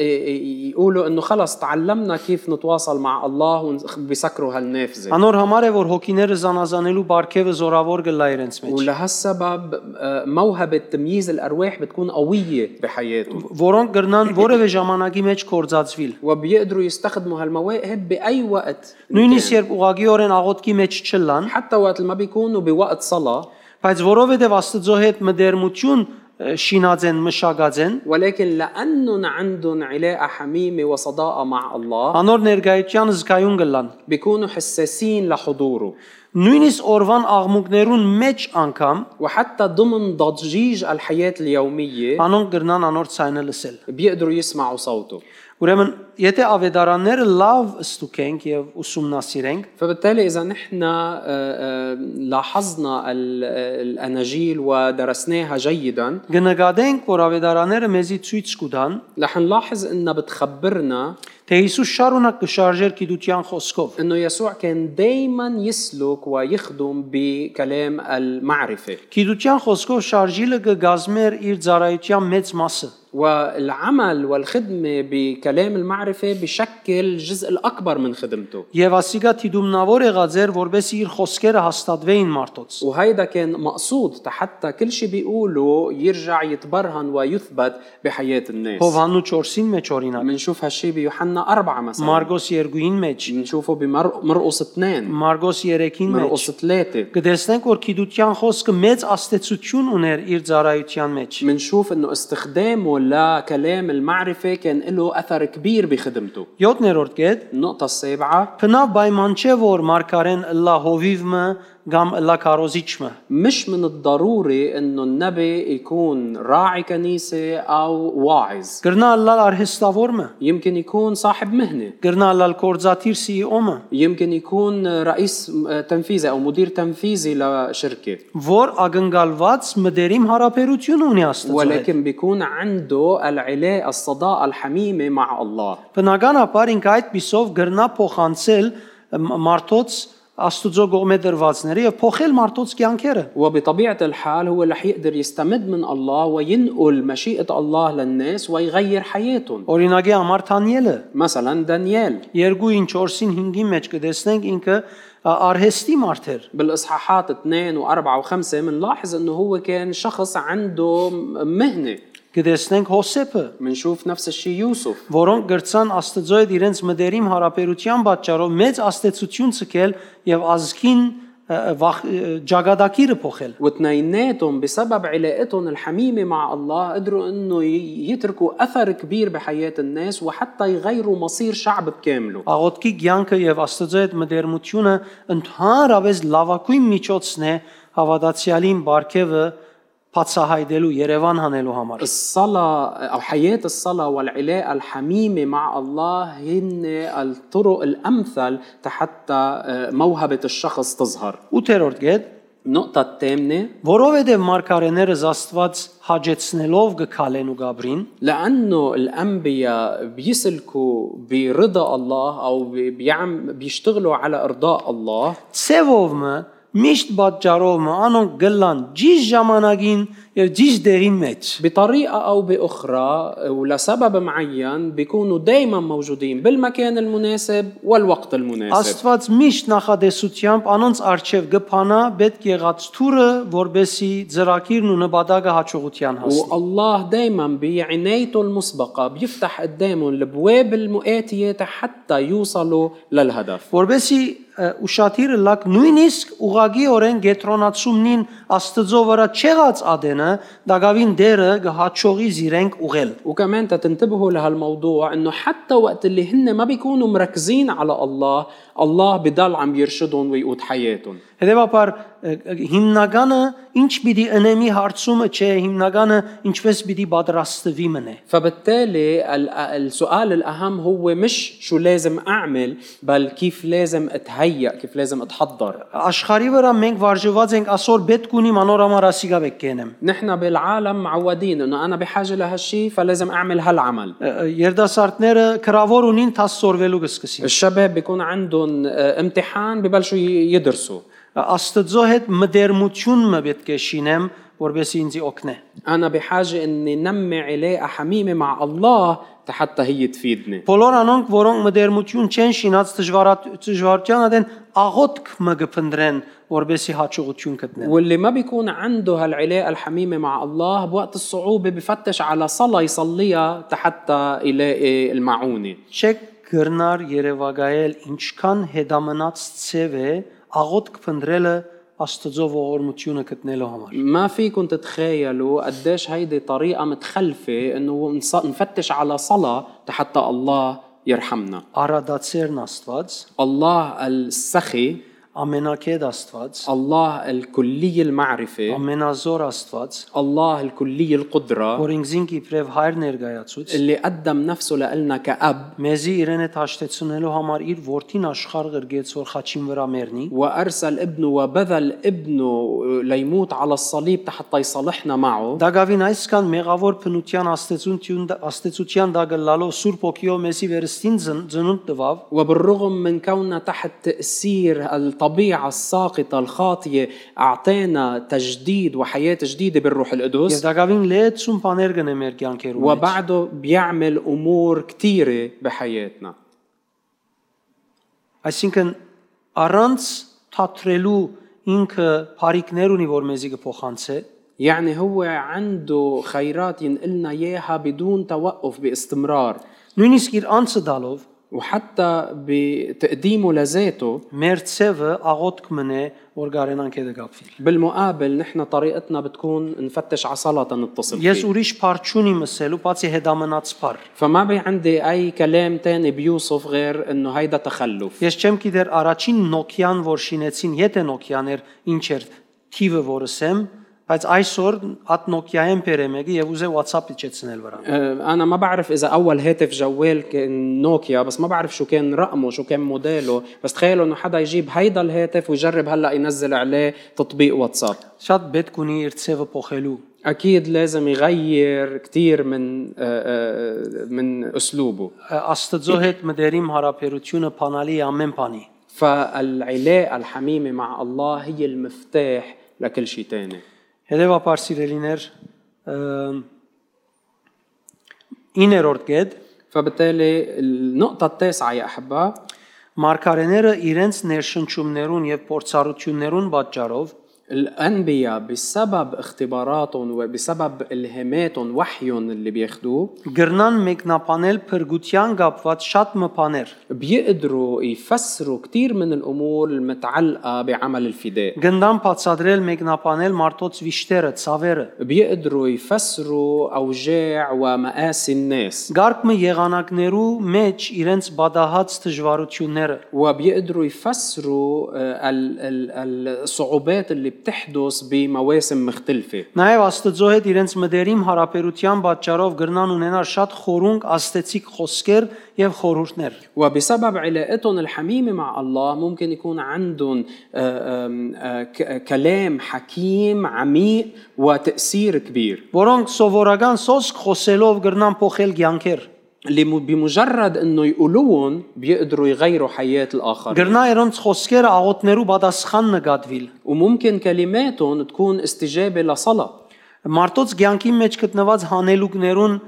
Speaker 2: يقولوا انه خلص تعلمنا كيف نتواصل مع الله وبيسكروا هالنافذة
Speaker 1: Անոր համար է որ հոգիները զանազանելու բարգևը զորավոր գլա իրենց մեջ։
Speaker 2: ولهالسبب آه، موهبة تمييز الأرواح بتكون قوية بحياتهم
Speaker 1: Որոնք գրնան որևէ ժամանակի մեջ կորցածվիլ։
Speaker 2: وبيقدروا يستخدموا هالمواهب بأي وقت
Speaker 1: Նույնիսկ երբ ուղագիորեն աղոտքի մեջ չլան,
Speaker 2: حتى وقت ما بيكونوا بوقت صلاة
Speaker 1: բայց որովհետև Աստծո հետ մդերմություն ը, շինած են, մշակած են,
Speaker 2: ولكن لأنهم عندهم علاقة حميمة وصداقة مع الله
Speaker 1: անոր ներկայության զգայուն գլան։
Speaker 2: بيكونوا حساسين لحضوره
Speaker 1: Նույնիսկ օրվան աղմուկներուն մեջ անգամ
Speaker 2: وحتى ضمن ضجيج الحياة اليومية
Speaker 1: անոնք գրնան անոր ցայնը լսել։
Speaker 2: بيقدروا يسمعوا صوته
Speaker 1: Ուրեմն, եթե ավետարանները լավ ստուգենք եւ ուսումնասիրենք,
Speaker 2: فبالتالي إذا نحن آه، آه، لاحظنا ال- آه، الأناجيل ودرسناها جيداً
Speaker 1: կնկատենք, որ ավետարանները մեզի ցույց կտան,
Speaker 2: رح نلاحظ انها بتخبرنا
Speaker 1: թե Հիսուս շարունակ կշարժեր գիտության խոսքով։
Speaker 2: انه يسوع كان دائما يسلك ويخدم بكلام المعرفه
Speaker 1: Գիտության խոսքով շարժիլը կգազմեր իր ծառայության մեծ մասը։
Speaker 2: والعمل والخدمه بكلام المعرفه بشكل الجزء الاكبر من خدمته
Speaker 1: Եվ ASCII-ը դիտումնավոր եղած էր, որբեսի իր խոսքերը հաստատվեին մարդոց։
Speaker 2: وهيدا كان مقصود حتى كل شيء بيقوله يرجع يتبرهن ويثبت بحياه الناس
Speaker 1: Հովհաննու 4-ին մեջ օրինակ,
Speaker 2: بنشوف هالشيء بيوحنا أربعة مثلا
Speaker 1: Մարգոս 2-ին մեջ,
Speaker 2: بنشوفه بمر- مرقس اثنين
Speaker 1: Մարգոս 3-ին մեջ։
Speaker 2: مرقس ثلاثة
Speaker 1: Կտեսնենք, որ գիտության խոսքը մեծ աստեցություն ուներ իր ծառայության մեջ։
Speaker 2: منشوف انه استخدامه لكلام المعرفه كان له اثر كبير بخدمته
Speaker 1: 7-րդ կետ
Speaker 2: النقطه السابعه
Speaker 1: Փնավ պայման չէ որ մարգարեն լա հովիվը կամ լա կարոզիչը
Speaker 2: مش من الضروري انه النبي يكون راعي كنيسه او واعظ
Speaker 1: գրնա լա արհեստավորը
Speaker 2: يمكن يكون صاحب مهنه
Speaker 1: գրնա լա կորզաթիր CEO-ը
Speaker 2: يمكن يكون رئيس تنفيذي او مدير تنفيذي لشركه
Speaker 1: որ ագնկալված մդերիմ հարաբերություն ունի Աստծո հետ։
Speaker 2: ولكن بيكون عنده العلاقه الصداقه الحميمه مع الله
Speaker 1: Բնականաբար ինք այդ պիսով գրնա փոխանցել մ- մարդոց Աստծո գողմե դրվածները եւ փոխել մարդոց կյանքերը։
Speaker 2: وبطبيعة الحال هو رح يقدر يستمد من الله وينقل مشيئة الله للناس ويغير حياتهم
Speaker 1: Օրինակի համար Թանիելը
Speaker 2: مثلا دانيال
Speaker 1: 2-ին 4-ին 5-ին մեջ կտեսնենք ինքը ա, արհեստի մարդ էր
Speaker 2: بالاصحاحات 2 و4 و5 بنلاحظ انه هو كان شخص عنده مهنه
Speaker 1: կտեսնենք Հոսեփը
Speaker 2: بنشوف نفس الشيء يوسف
Speaker 1: որոնք գրցան Աստծո հետ իրենց մտերիմ հարաբերության պատճառով մեծ աստեցություն ցկել եւ ազգին ը, վախ- ը, ջագադակիրը փոխել։
Speaker 2: واثنيناتهم بسبب علاقتهم الحميمه مع الله قدروا انه ي- يتركوا اثر كبير بحياه الناس وحتى يغيروا مصير شعب بكامله
Speaker 1: Աղոտքի ցանկը եւ Աստծո հետ մտերմությունը ընդհանրապես լավագույն միջոցն է հավատացյալին բարգեւը բացահայտելու Երևան հանելու համար։
Speaker 2: الصلاة أو حياة الصلاة والعلاقة الحميمة مع الله هن الطرق الأمثل حتى موهبة آه، الشخص تظهر
Speaker 1: 8-րդ գետ
Speaker 2: نقطة الثامنة
Speaker 1: Որովհետև մարգարեները Աստված հաջեցնելով գքալեն ու գաբրին,
Speaker 2: لأنه الأنبياء بيسلكوا برضا الله أو بي- بيعم بيشتغلوا على إرضاء الله
Speaker 1: ցևովը միշտ պատճառովը անոնք գլան ճիշտ ժամանակին եւ ճիշտ դերին մեջ։
Speaker 2: بطريقة أو بأخرى ولسبب معين بيكونوا دايما موجودين بالمكان المناسب والوقت المناسب
Speaker 1: Աստված միշտ նախադեսությամբ անոնց արչև գփանա պետք եղած թուրը, որբեսի ծրակիրն ու նպատակը հաջողության հասնի։
Speaker 2: والله دايما بعنايته المسبقة بيفتح قدامهم البواب المؤاتية حتى يوصلوا للهدف
Speaker 1: Որբեսի ը, ուշադիրը լակ նույնիսկ ուղագի օրեն գետրոնացումնին Աստծո վրա չեղած ադենը դակավին դերը գհաճողի զիրենք ուղել։
Speaker 2: وكمان تتنتبهوا لهالموضوع انه حتى وقت اللي هن ما بيكونوا مركزين على الله الله بضل عم يرشدهم ويقود حياتهم
Speaker 1: Հետևաբար ը, ը, հիմնականը ինչ պիտի ընեմի հարցումը չէ, հիմնականը ինչպես պիտի պատրաստվի մնե։
Speaker 2: فبالتالي ال- السؤال الاهم هو مش شو لازم اعمل بل كيف لازم اتهيأ كيف لازم اتحضر
Speaker 1: Աշխարի վրա մենք վարժված ենք ասոր պետք ունի մանոր համար ասիգա պետք կենեմ։
Speaker 2: نحن بالعالم معودين انه انا بحاجه لهالشي فلازم اعمل هالعمل
Speaker 1: ը, ը, Երդասարտները կրավոր ունին 10 սորվելու կսկսին։
Speaker 2: الشباب بيكون عندهم آه، امتحان ببلشوا ي- يدرسوا
Speaker 1: Աստծո հետ մդերմությունը պետք է շինեմ, որբեսի ինձ օգնե։
Speaker 2: انا بحاجه اني نمي علاقه حميمه مع الله حتى هي تفيدني
Speaker 1: Բոլոր անոնք, որոնք մդերմություն չեն շինած դժվարատ- դժվարությանը դեն աղոտք մը գփնդրեն, որբեսի հաջողություն գտնեն։
Speaker 2: واللي ما بيكون عنده هالعلاقة الحميمة مع الله بوقت الصعوبة بفتش على صلاة يصليها حتى يلاقي المعونة
Speaker 1: Չեք գրնար Երևանայել ինչքան հետամնաց ցև է աղոտք փնդրելը Աստծո ողորմությունը գտնելու համար։
Speaker 2: ما فيكم تتخيلوا قديش هيدي طريقة متخلفة انه نص- نفتش على صلاة حتى الله يرحمنا
Speaker 1: Արադացերն Աստված,
Speaker 2: الله السخي
Speaker 1: ամենակետ Աստված,
Speaker 2: الله الكلي المعرفة
Speaker 1: ամենազոր Աստված,
Speaker 2: الله الكلي القدرة
Speaker 1: որ ինքզին իբրև հայր ներկայացուց
Speaker 2: اللي قدم نفسه لنا كأب
Speaker 1: մեզի իրեն հետ հաշտեցնելու համար իր որդին աշխարհ գրգեց որ խաչին վրա մեռնի
Speaker 2: وارسل ابنه وبذل ابنه ليموت على الصليب حتى يصالحنا معه
Speaker 1: Դագավին այսքան մեղավոր փնության աստեցություն աստեցության դագը լալով Սուրբ Օքիո Մեսի վերստին ձն- ծնունդ տվավ
Speaker 2: وبالرغم من كوننا تحت تأثير الطبيعة الساقطة الخاطية أعطانا تجديد وحياة جديدة بالروح
Speaker 1: եւ
Speaker 2: القدس
Speaker 1: Դագավին լեցուն բաներ գնե մեր կյանքերում։ մեջ։
Speaker 2: وبعده بيعمل أمور كتيرة بحياتنا
Speaker 1: Այսինքն առանց թաթրելու ինքը բարիկներ ունի որ մեզի կփոխանցե
Speaker 2: يعني هو عنده خيرات ينقلنا إياها بدون توقف باستمرار
Speaker 1: նույնիսկ իր անձը դալով
Speaker 2: وحتى بتقديمه لذاته
Speaker 1: մեր ցևը աղոտք մնե որ գարենանք հետ գապվի։
Speaker 2: بالمقابل نحن طريقتنا بتكون نفتش على صلاة نتصل
Speaker 1: Ես
Speaker 2: فيه
Speaker 1: ուրիշ բար չունի մսելու, բացի հետամնաց բար։
Speaker 2: فما بي عندي أي كلام تاني بيوصف غير إنه هيدا تخلف
Speaker 1: Ես չեմ գիտեր առաջին Nokia-ն, որ շինեցին, եթե Nokia-ն էր, ինչ էր թիվը որսեմ, բայց այսօր at Nokia-ն բերեմ եկի եւ ուզե WhatsApp-ը չեցնել վրան։
Speaker 2: أه، أنا ما بعرف إذا أول هاتف جوال كان نوكيا بس ما بعرف شو كان رقمه شو كان موديله بس تخيلوا إنه حدا يجيب هيدا الهاتف ويجرب هلا ينزل عليه تطبيق واتساب
Speaker 1: Շատ պետք ունի իր ցևը փոխելու։
Speaker 2: أكيد لازم يغير كتير من أه، أه، من أسلوبه
Speaker 1: Ա- Աստծո հետ մտերիմ հարաբերությունը փանալի է ամեն բանի։
Speaker 2: فالعلاقة الحميمة مع الله هي المفتاح لكل شيء تاني
Speaker 1: Հետևաբար սիրելիներ, ը, 9-րդ կետ
Speaker 2: فبالتالي النقطة التاسعة يا أحبة
Speaker 1: Մարգարեները իրենց ներշնչումներուն եւ փորձառություններուն պատճառով
Speaker 2: الأنبياء بسبب اختباراتهم وبسبب إلهاماتهم وحيهم اللي بياخدوه
Speaker 1: գրնան մեկնաբանել փրկության կապված շատ մփաներ։
Speaker 2: بيقدروا يفسروا كتير من الأمور المتعلقة بعمل الفداء
Speaker 1: Գնդան բացադրել մեկնաբանել մարտոց վիշտերը, ցավերը։
Speaker 2: بيقدروا يفسروا أوجاع ومآسي الناس
Speaker 1: Գարկմը եղանակներու մեջ իրենց բադահած դժվարությունները։
Speaker 2: وبيقدروا يفسروا آه، ال- ال- الصعوبات اللي بتحدث بمواسم مختلفه
Speaker 1: Նաև Աստծո հետ իրենց մտերիմ հարաբերության պատճառով գրնան ունենալ շատ խորունկ աստեցիկ խոսքեր եւ խորհուրդներ։
Speaker 2: وبسبب علاقتهم الحميمة مع الله ممكن يكون عندهم آه، آم، آه، ك- كلام حكيم عميق وتأثير كبير
Speaker 1: Որոնք սովորական սոսկ խոսելով գրնան փոխել ցանկեր։
Speaker 2: اللي م- بمجرد انه يقولوهم بيقدروا يغيروا حياة الآخر
Speaker 1: Գրնա իրենց խոսքերը աղոտներու պատասխան նկատվել։
Speaker 2: وممكن كلماتهم تكون استجابة لصلاة
Speaker 1: Մարդոց ցանկի մեջ գտնված հանելուկներուն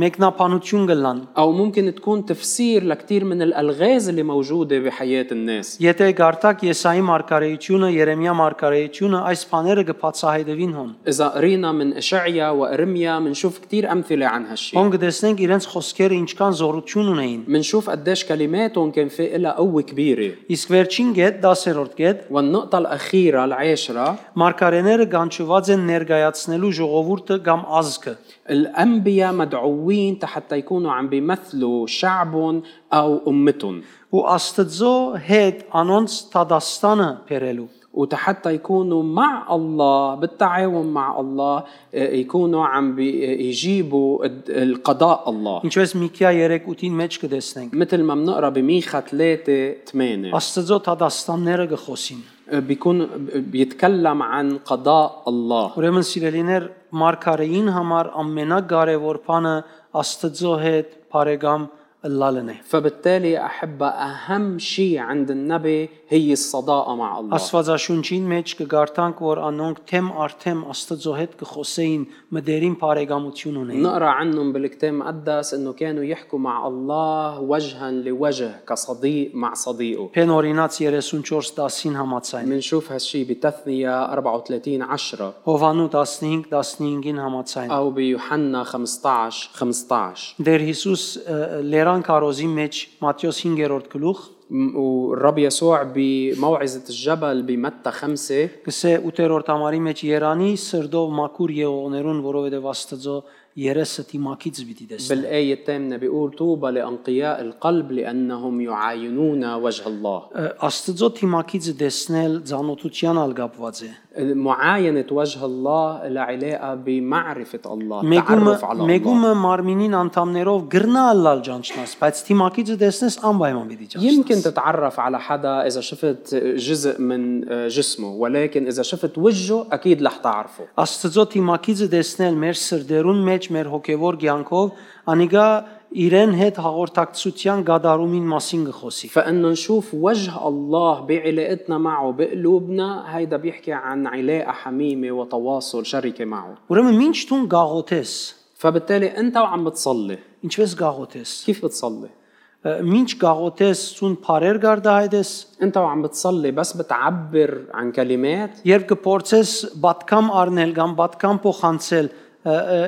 Speaker 1: մեկնաբանություն կլան։
Speaker 2: أو ممكن تكون تفسير لكتير من الألغاز اللي موجودة بحياة الناس
Speaker 1: Եթե գարտակ Եսայի մարգարեությունը, Երեմիա մարգարեությունը այս բաները կբացահայտվին հոն։
Speaker 2: إذا قرينا من إشعيا وإرميا منشوف كتير أمثلة عن هالشي
Speaker 1: Հոն կտեսնենք իրենց խոսքերը ինչքան զորություն ունեին։
Speaker 2: منشوف قديش كلماتهم كان في إلها قوة كبيرة
Speaker 1: Իսկ վերջին գետ 10-րդ գետ
Speaker 2: والنقطة الأخيرة العاشرة
Speaker 1: մարգարեները կանչված են ներկայացնելու ժողովուրդը կամ ազգը։
Speaker 2: الأنبياء مدعوين حتى يكونوا عم بيمثلوا شعبهم أو أمتهم
Speaker 1: Ու Աստծո հետ անոնց տադաստանը բերելու։
Speaker 2: وحتى يكونوا مع الله بالتعاون مع الله آه، يكونوا عم بيجيبوا القضاء الله
Speaker 1: Ինչպես Միքիա 3:8-ին մեջ կտեսնենք։
Speaker 2: مثل ما بنقرا بميخا 3 8
Speaker 1: Աստծո տադաստանները կխոսին։
Speaker 2: آه، بيكون بيتكلم عن قضاء الله
Speaker 1: Ուրեմն սիրելիներ, մարգարեին համար ամենակարևոր բանը Աստծո հետ բարեկամ լալն է։
Speaker 2: فبالتالي أحب أهم شيء عند النبي هي الصداقة مع الله
Speaker 1: Աստվածաշունչին մեջ կգարտանք, որ անոնք թեմ արդեմ Աստծո հետ կխոսեին, մտերիմ բարեկամություն ունեին։
Speaker 2: نقرا عنهم بالكتاب المقدس انه كانوا يحكوا مع الله وجها لوجه كصديق مع صديقه
Speaker 1: Փեն օրինաց 34:10-ին համաձայն։
Speaker 2: بنشوف هالشي بتثنية 34 10
Speaker 1: Հովանու 15:15-ին համաձայն։
Speaker 2: او بيوحنا 15 15
Speaker 1: Դեր Հիսուս ը, լերան կարոզի մեջ Մատթեոս 5-րդ գլուխ
Speaker 2: م- والرب يسوع بموعظة الجبل بمتى 5
Speaker 1: գսե 8-րդ համարի մեջ Երանի սրդով մաքուր եղողներուն, որովհետև Աստծո երեսը թիմակից պիտի դես։
Speaker 2: بالآية الثامنة بيقول طوبى لأنقياء القلب لأنهم يعاينون وجه الله
Speaker 1: Աստծո թիմակից դեսնել ցանոթության ալգապված է։
Speaker 2: معاينة وجه الله لها علاقة بمعرفة الله
Speaker 1: Մեգումը
Speaker 2: تعرف على الله
Speaker 1: մեգումը մարմինին անդամներով գրնալ լալ ջանչնաս, բայց թիմակիցը դեսնես անպայման պիտի
Speaker 2: يمكن
Speaker 1: ջանչնաս։
Speaker 2: تتعرف على حدا إذا شفت جزء من آه، جسمه ولكن إذا شفت وجهه أكيد رح تعرفه
Speaker 1: Աստծո թիմակիցը դեսնել մեր սրդերուն մեջ, մեր հոգևոր ցանկով, անիկա իրեն հետ հաղորդակցության գադարումին մասին գխոսի։
Speaker 2: فإنه نشوف وجه الله بعلاقتنا معه بقلوبنا هيدا بيحكي عن علاقة حميمة وتواصل شركة معه
Speaker 1: Ուրեմն ինչ տուն գաղոթես,
Speaker 2: فبالتالي أنت وعم بتصلي
Speaker 1: ինչպես գաղոթես։
Speaker 2: كيف بتصلي؟
Speaker 1: Ինչ գաղոթես, ցուն բարեր գարդահայտես,
Speaker 2: أنت وعم بتصلي بس بتعبر عن كلمات
Speaker 1: երբ կփորձես բատկամ առնել կամ բատկամ փոխանցել, ը, ը,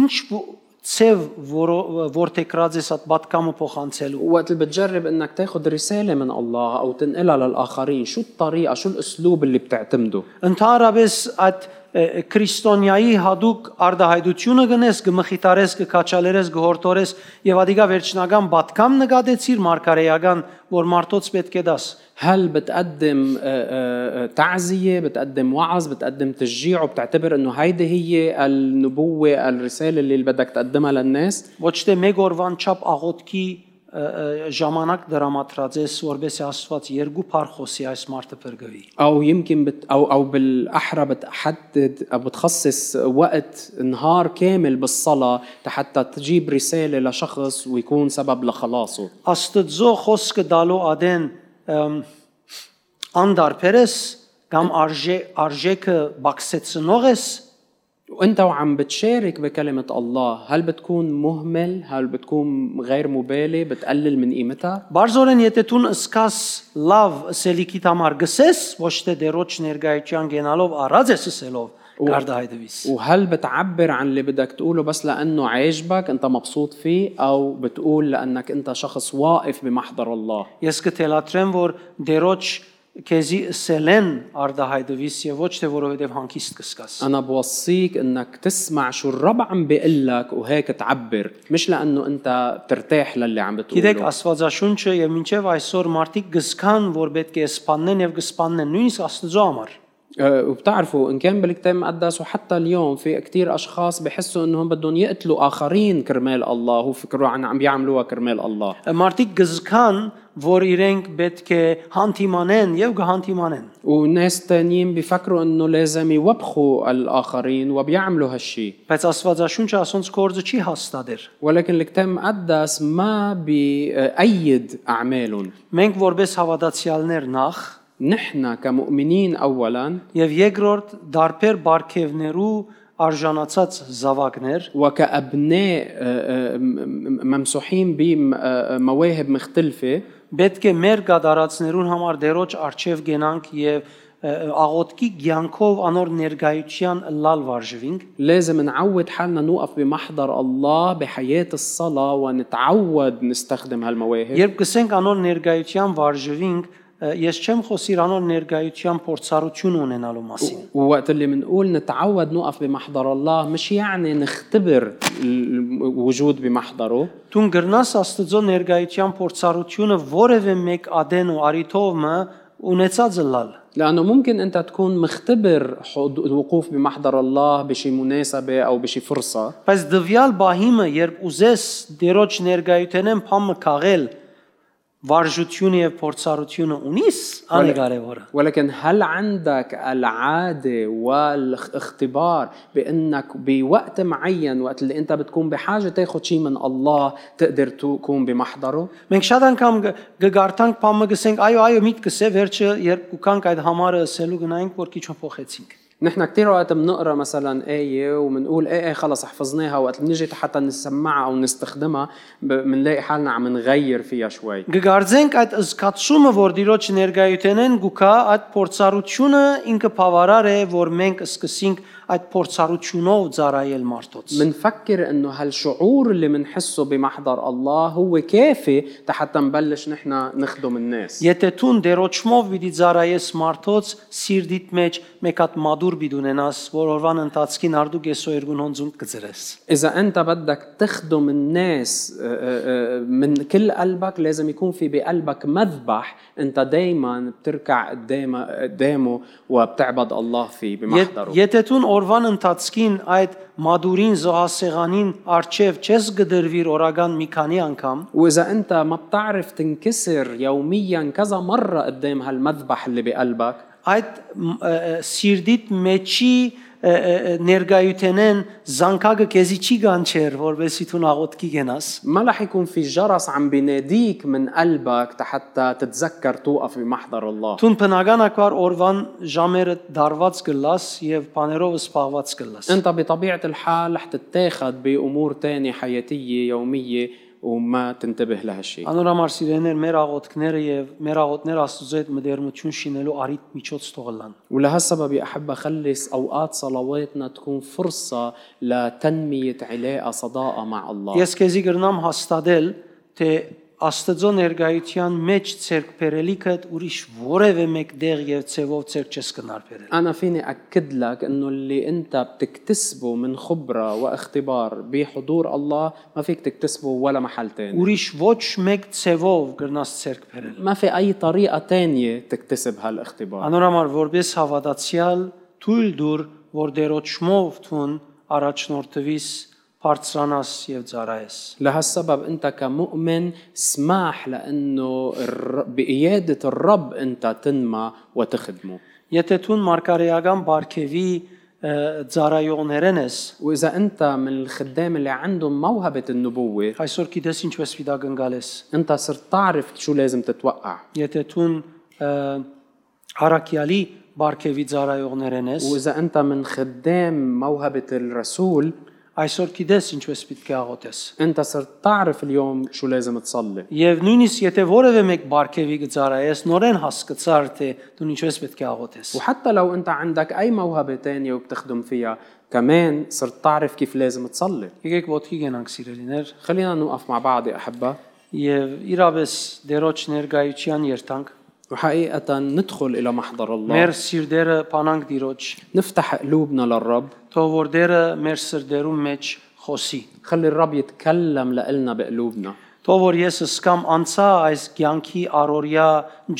Speaker 1: ինչ ո- ցև որո- որթեկրած ես այդ բատկամը փոխանցելու։
Speaker 2: وقت اللي بتجرب انك تاخذ رساله من الله او تنقلها للاخرين شو الطريقه شو الاسلوب اللي بتعتمده
Speaker 1: Ընդհանրապես այդ ը, ը, քրիստոնյայի հadoop արդահայտությունը գնես, գմխիտարես, կկաչալերես, գհորտորես եւ ադիգա վերջնական բատկամ նկատեցիր մարգարեական, որ մարդոց պետք է դաս։
Speaker 2: هل بتقدم آه، آه، آه، تعزيه بتقدم وعظ بتقدم تشجيع وبتعتبر انه هيدي هي النبوه الرساله اللي بدك تقدمها للناس
Speaker 1: Ոչ թե մեկ օրվան չափ աղոտքի ը, ը, ժամանակ դրամատրած ես, որբեսի Աստված երկու փար խոսի այս մարդը բրգվի։
Speaker 2: او يمكن بت او او بالاحرى بتحدد او بتخصص وقت نهار كامل بالصلاه حتى تجيب رساله لشخص ويكون سبب لخلاصه
Speaker 1: Աստծո խոսքը դալու ադեն ըմ, անդարբերես կամ արժե արժեքը բաքսեցնող ես
Speaker 2: وانت وعم بتشارك بكلمة الله هل بتكون مهمل هل بتكون غير مبالي بتقلل من قيمتها
Speaker 1: Բարձորեն եթե տուն սկաս լավ սելիքիդ համար գսես, ոչ թե դե դերոջ ներգայացան գնալով առած ես սելով գարդահայտվիս։
Speaker 2: وهل بتعبر عن اللي بدك تقوله بس لأنه عاجبك أنت مبسوط فيه أو بتقول لأنك أنت شخص واقف بمحضر الله
Speaker 1: Ես կթելաթրեմ, որ դերոջ քեզի սելեն արդահայտվիս եւ ոչ թե որովհետեւ հանկիստ կսկաս։
Speaker 2: أنا بوصيك أنك تسمع شو الرب عم بيقلك وهيك تعبر مش لأنه أنت بترتاح للي عم
Speaker 1: Գիտեք,
Speaker 2: بتقوله
Speaker 1: Աստվածաշունչը եւ մինչեւ այսօր մարդիկ գսքան, որ պետք է սփաննեն եւ գսփաննեն նույնիսկ Աստծո համար։
Speaker 2: أه، وبتعرفوا ان كان بالكتاب المقدس وحتى اليوم في كثير اشخاص بحسوا انهم بدهم يقتلوا اخرين كرمال الله وفكروا عن عم بيعملوها كرمال الله
Speaker 1: Մարդիկ գզքան, որ իրենք պետք է հանդիմանեն եւ կհանդիմանեն։
Speaker 2: وناس تانيين بيفكروا انه لازم يوبخوا الاخرين وبيعملوا هالشي
Speaker 1: Բայց Աստվածաշունչը ասոնց կորձը չի հաստատեր։
Speaker 2: ولكن الكتاب المقدس ما بيأيد اعمالهم
Speaker 1: Մենք որպես հավատացյալներ նախ
Speaker 2: نحن كمؤمنين اولا
Speaker 1: եւ երկրորդ դարբեր բարգեւներու արժանացած զավակներ
Speaker 2: وكابناء آه، آه، م- م- ممسوحين بمواهب مختلفه
Speaker 1: պետք է մեր գադարածներուն համար դերոջ արչև գենանք եւ ը, աղոտքի ցանկով անոր ներգայության լալ վարժվինք
Speaker 2: لازم نعود حالنا نوقف بمحضر الله بحياة الصلاة ونتعود نستخدم هالمواهب
Speaker 1: Երբ գսենք անոր ներգայության վարժվինք, ը, ես չեմ խոսիր անոր ներգայության փորձառություն ունենալու մասին։
Speaker 2: ووقت اللي بنقول نتعود نوقف بمحضر الله مش يعني نختبر الوجود بمحضره
Speaker 1: Դուն գրնաս Աստծո ներգայության փորձառությունը որևէ մեկ ադեն ու արիթովը ունեցածը լալ։
Speaker 2: لأنه ممكن أنت تكون مختبر حض- الوقوف بمحضر الله بشي مناسبة أو بشي فرصة
Speaker 1: Բայց դվյալ բահիմը, երբ ուզես դերոջ ներգայութենեմ փամը քաղել, վարժությունը եւ փորձառությունը ունիս, անի կարեւորը։
Speaker 2: ولكن هل عندك العادة والاختبار بأنك بوقت معين وقت اللي أنت بتكون بحاجة تاخد شيء من الله تقدر تكون بمحضره
Speaker 1: Մենք շատ անգամ գ- գգարտանք փամը գսենք, այո, այո, միտքս է վերջը, երբ կուկանք այդ համարը ասելու գնայինք, որ քիչ փոխեցինք։
Speaker 2: نحن كثير وقت بنقرا مثلا آية وبنقول إيه إيه خلص حفظناها وقت بنيجي حتى نسمعها أو نستخدمها بنلاقي حالنا عم نغير فيها شوي
Speaker 1: Գգարձենք այդ զգացումը, որ Տիրոջ ներգայութենեն գուքա, այդ փորձառությունը ինքը բավարար է, որ մենք սկսենք այդ փորձառությունով ծառայել մարդոց։
Speaker 2: منفكر انه هالشعور اللي منحسه بمحضر الله هو كافي حتى نبلش نحن نخدم الناس
Speaker 1: Եթե դե ցուն դերոճմով պիտի ծառայես մարդոց, սիրդիդ մեջ մեկ հատ մադուր պիտի ունենաս, որ օրվան ընթացքին արդուք եսո երկուն հոնձում կծրես։
Speaker 2: إذا أنت بدك تخدم الناس آه، آه، آه، من كل قلبك لازم يكون في بقلبك مذبح أنت دايما بتركع قدام- قدامه وبتعبد الله فيه
Speaker 1: Ետ-
Speaker 2: بمحضره
Speaker 1: Եթե ցուն օրվան ընթացքին այդ մադուրին զոհասեղանին արչև չես գդրվիր օրական մի քանի անգամ,
Speaker 2: وإذا أنت ما بتعرف تنكسر يوميا كذا مرة قدام هالمذبح اللي بقلبك
Speaker 1: այդ մ, ը, ը, սիրդիտ մեջի ը, ը, ը, ներգայութենեն զանկագը քեզի չի գանչեր որովհետեւ դու աղոտքի գնաս
Speaker 2: ما رح يكون في جرس عم بيناديك من قلبك حتى تتذكر توقف بمحضر الله
Speaker 1: Տուն բնականակար օրվան ժամերը դարված գլաս եւ բաներով սփաղված գլաս։
Speaker 2: انت بطبيعه الحال رح تتاخد بامور تانية حياتيه يوميه وما تنتبه لهالشيء
Speaker 1: Անորամար սիրեներ մեր աղոտքները եւ մեր աղոտները Աստծո հետ մդերմություն շինելու արիտ միջոց թողլան։
Speaker 2: ولهالسبب يا احبه خلص اوقات صلواتنا تكون فرصه لتنميه علاقه صداقه مع الله
Speaker 1: Ես քեզի գրնամ հաստատել, թե Աստծո ներգայության մեջ ցերկբերելիքդ ուրիշ որևէ մեկ դեղ եւ ցևով ցերկ չես կնարբերել։
Speaker 2: انا فيني اكد لك انه اللي انت بتكتسبه من خبره واختبار بحضور الله ما فيك تكتسبه ولا محل تاني
Speaker 1: ուրիշ ոչ մեկ ցևով գրնաս ցերկ բերել։
Speaker 2: ما في اي طريقه تانية تكتسب هالاختبار
Speaker 1: Անորամար որպես հավատացյալ թույլ դուր, որ դերոճմով ցուն առաջնորդվիս, բարձրանաս եւ ծառայես։
Speaker 2: لهالسبب انت كمؤمن سماح لانه الر- بقياده الرب انت تنمى وتخدمه
Speaker 1: Եթե ցուն մարգարեական բարքեվի ը, ծառայողներն ես,
Speaker 2: واذا انت من الخدام اللي عندهم موهبه النبوه
Speaker 1: այսօր գիտես ինչպես պիտի գնգալես։
Speaker 2: انت صرت تعرف شو لازم تتوقع
Speaker 1: Եթե ցուն հարակյալի բարքեվի ծառայողներն ես,
Speaker 2: واذا انت من خدام موهبه الرسول
Speaker 1: այսօր գիտես ինչպես պիտի աղոթես։
Speaker 2: انت صرت تعرف اليوم شو لازم تصلي
Speaker 1: Եվ նույնիսկ եթե որևէ մեկ բարքեվի գծարայես, նորեն հասկացար թե դու ինչպես պետք է աղոթես։
Speaker 2: وحتى لو انت عندك اي موهبه تانية وبتخدم فيها كمان صرت تعرف كيف لازم تصلي
Speaker 1: Եկեք ոդքի գնանք սիրելիներ
Speaker 2: خلينا نوقف مع بعض يا احبه
Speaker 1: եւ իրապես դերոջ ներգայության երթանք։
Speaker 2: وحقيقة ندخل إلى محضر الله
Speaker 1: Մեր սիրդերը փանանք դիրոջ,
Speaker 2: نفتح قلوبنا للرب
Speaker 1: թող որ դերը մեր սրդերում մեջ խոսի։
Speaker 2: خلي الرب يتكلم لنا بقلوبنا
Speaker 1: Թող որ ես սկամ անցա այս ցանկի առօրյա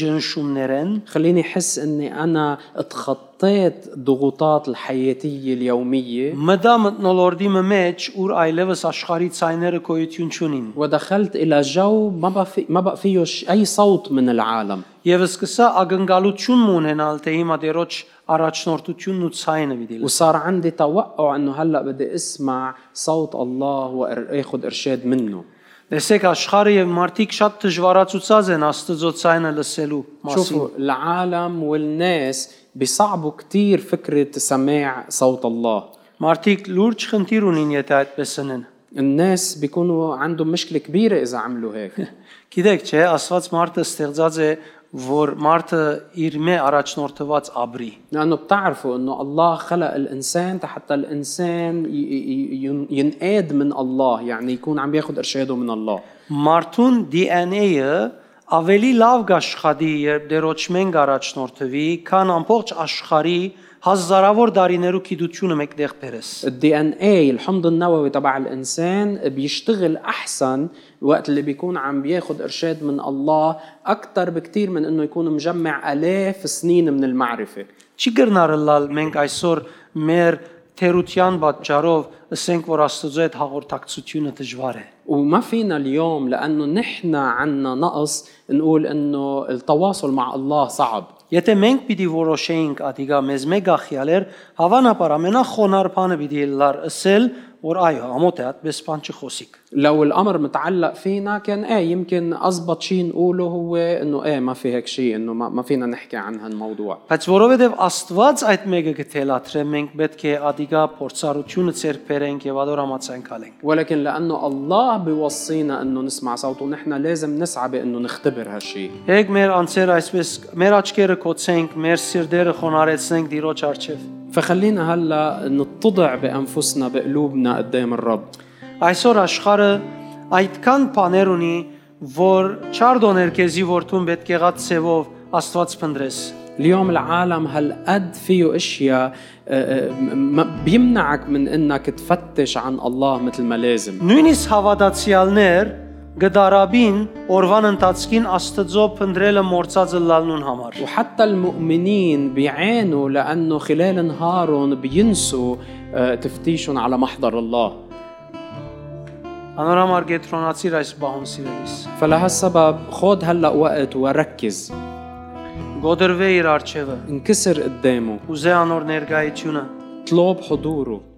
Speaker 1: ջնշումներեն,
Speaker 2: خليني أحس إني أنا اتخطيت ضغوطات الحياتية اليومية
Speaker 1: մտա մտնոլորդի մեջ, ուր այլևս աշխարհի ցայները գոյություն չունին։
Speaker 2: ودخلت إلى جو ما بقى في ما بقى فيه ش- أي صوت من العالم
Speaker 1: Եվ սկսա ագնկալություն ունենալ թե հիմա դերոջ առաջնորդությունն ու ցայնը միդիլ։
Speaker 2: وصار عندي توقع إنه هلأ بدي أسمع صوت الله وآخذ إرشاد منه
Speaker 1: Տեսեք աշխարհը եւ մարդիկ շատ դժվարացուցած են Աստծո ցայնը լսելու մասին։
Speaker 2: شوفوا العالم والناس بيصعبوا كتير فكرة سماع صوت الله
Speaker 1: Մարդիկ լուրջ խնդիր ունին, եթե այդպես անեն։
Speaker 2: الناس بيكونوا عندهم مشكلة كبيرة إذا عملوا هيك
Speaker 1: Գիտեք, չէ, Աստված մարդը ստեղծած է, որ մարդը իր մե առաջնորդված աբրի։
Speaker 2: لأنه بتعرفوا أنه الله خلق الإنسان حتى الإنسان ي- ي- ين- ينقاد من الله يعني يكون عم ياخد إرشاده من الله
Speaker 1: Մարդուն DNA-ը ավելի լավ գաշխատի, երբ դերոջ մենք առաջնորդվի, քան ամբողջ աշխարի հազարավոր դարիներու գիտությունը մեկտեղ բերես։
Speaker 2: الدي ان اي الحمض النووي تبع الانسان بيشتغل احسن وقت اللي بيكون عم بياخد ارشاد من الله اكثر بكثير من انه يكون مجمع الاف سنين من المعرفه
Speaker 1: Չի գրնարելալ մենք այսօր մեր թերության պատճառով ասենք, որ Աստծո այդ հաղորդակցությունը դժվար է։
Speaker 2: وما فينا اليوم لانه نحن عنا نقص نقول انه التواصل مع الله صعب
Speaker 1: Եթե մենք պիտի որոշեինք ադիգա մեզ մեգա խիալեր, հավանաբար ամենախոնար բանը պիտի լար ասել, որ այո, ամոթ է այդպես բան չխոսիկ։
Speaker 2: لو الامر متعلق فينا كان ايه يمكن ازبط شيء نقوله هو انه ايه ما في هيك شيء انه ما ما فينا نحكي عن هالموضوع
Speaker 1: Բայց որովհետև Աստված այդ մեկը գտելաթրե, մենք պետք է ադիգա փորձառությունը ցերբերենք եւ ադոր համացանքալենք։
Speaker 2: ولكن لانه الله بيوصينا انه نسمع صوته نحن لازم نسعى بانه نختبر هالشيء
Speaker 1: Եկ մեր անձեր այսպես մեր աչքերը կոցենք, մեր սիրտերը խոնարեցնենք Տիրոջ արչեվ։
Speaker 2: فخلينا هلا نتضع بانفسنا بقلوبنا قدام الرب
Speaker 1: Այսօր աշխարը այդքան բաներ ունի, որ չարդոներ քեզի որդուն պետք եղած ցևով Աստված փնդրես։
Speaker 2: اليوم العالم هالقد فيه اشياء آه، آه، ما- بيمنعك من انك تفتش عن الله مثل ما لازم
Speaker 1: Նույնիսկ հավատացյալներ գդարաբին օրվան ընթացքին Աստծո փնդրելը մորցածը լալնուն համար։
Speaker 2: وحتى المؤمنين بيعانوا لانه خلال نهارهم بينسوا آه، تفتيشهم على محضر الله
Speaker 1: Անորամար գետրոնացիր այս բահում սիրելիս։
Speaker 2: فلهالسبب خد هلا وقت وركز
Speaker 1: Գոդրվե իր արջևը,
Speaker 2: انكسر قدامه
Speaker 1: ուզե անոր ներկայությունը։
Speaker 2: اطلب حضوره